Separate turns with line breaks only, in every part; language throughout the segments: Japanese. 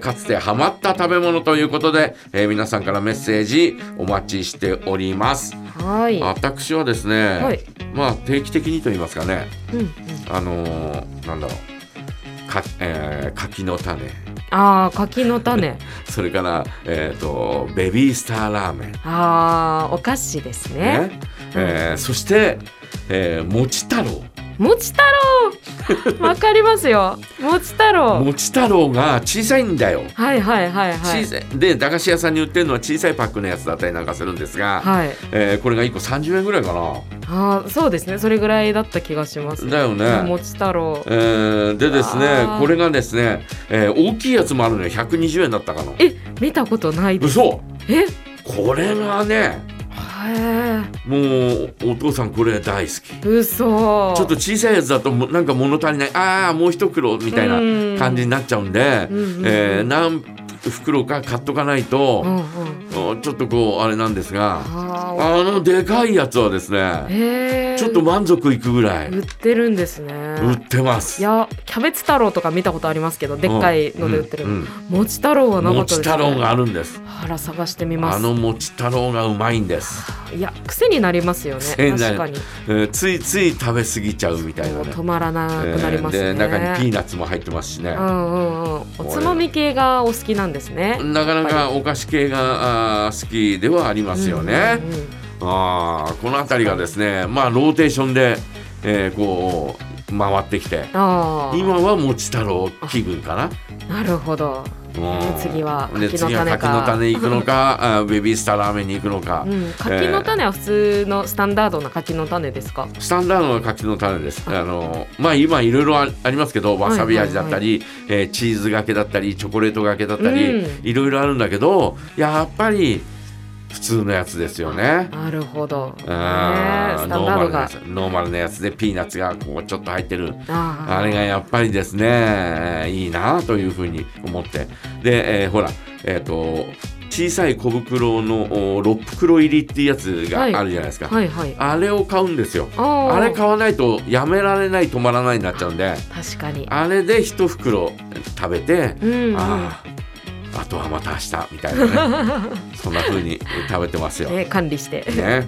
かつてハマった食べ物ということで、えー皆さんからメッセージお待ちしております。
はい。
私はですね、
はい
まあ定期的にと言いますかね、
うんうん、
あのーなんだろう、か、えー柿の種、
ああ、柿 の種。
それからえっ、とベビースターラーメン、ね、
ああ、お菓子ですね。
えーそして、えー、餅太郎。
もち太郎。わかりますよ。もち太郎。
餅太郎が小さいんだよ。
はいはいはいはい
小。さいで駄菓子屋さんに売ってるのは小さいパックのやつだったりなんかするんですが、
はい。
えーこれが1個30円ぐらいかな。
ああ、そうですね。それぐらいだった気がします。
だよね
もち太郎
え。ーでですね
あー
これがですね、えー大きいやつもあるのよ120円だったかな。
え、見たことないです。
嘘
え、へ
これがねもうお父さんこれ大好き
え、嘘。
ちょっと小さいやつだともなんか物足りないああもう一袋みたいな
うん
感じになっちゃうんで、
うんうんうん
えー何袋か買っとかない
うん
と、
うん。
おちょっとこうあれなんですが
ああ、
あのでかいやつはですね
へえ。
ちょっと満足いくぐらい
売ってるんですね。
売ってます
いやキャベツ太郎とか見たことありますけどでっかいので売ってる、
うんうん
もち太郎はなかっ
も
た
ち
です、ね、
太郎があるんです
あら探してみま
あ
す
のもち太郎がうまいんです、
いや癖になりますよね
癖にな
確
る
かに
えーついつい食べ過ぎちゃうみたい
も
な
う
ね
止まらなくなりますね、
えーで中にピーナッツも入ってますしね、
うんうんうんおつまみ系がお好きなんですね
なかなかお菓子系があー好きではありますよね。
うんうんうん
あーこの辺りがですね、まあ、ローテーションで、えーこう回ってきて
ああ
今はもち太郎気分かな。
なるほど、
うん
次は
で
柿の種
次
か
は柿の種行くのかあーベビースターラーメンに行くのか、
うん、柿の種は普通のスタンダードな柿の種ですか、
スタンダードの柿の種です。あのまあ今いろいろあありますけどわさび味だったり、えーチーズがけだったりチョコレートがけだったり
うん
いろいろあるんだけどやっぱり普通のやつですよね。
なるほど、ねえ、ス
あー
タン
ノー
ダー
マ
ド
ルなや
が
つノーマルなやつでピーナッツがこうちょっと入ってる
あー
あれがやっぱりですねえーいいなというふうに思ってで、えーほらえっ、と小さい小袋のお6袋入りっていうやつがあるじゃないですか、
はいはい
あれを買うんですよ
あー
あれ買わないとやめられない止まらないになっちゃうんで
確かに
あれで一袋食べて、
うんうん
あああとはまた明日みたいな ねそんな風に食べてますよ。ね
ね、管理して。
え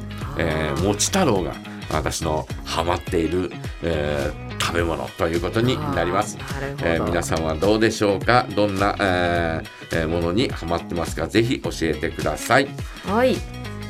ー、もち太郎が私のハマっている、えー食べ物ということになります
あ。ーなるほど。
えー皆さんはどうでしょうかどんな、えーえーものにハマってますかぜひ教えてください。
はい。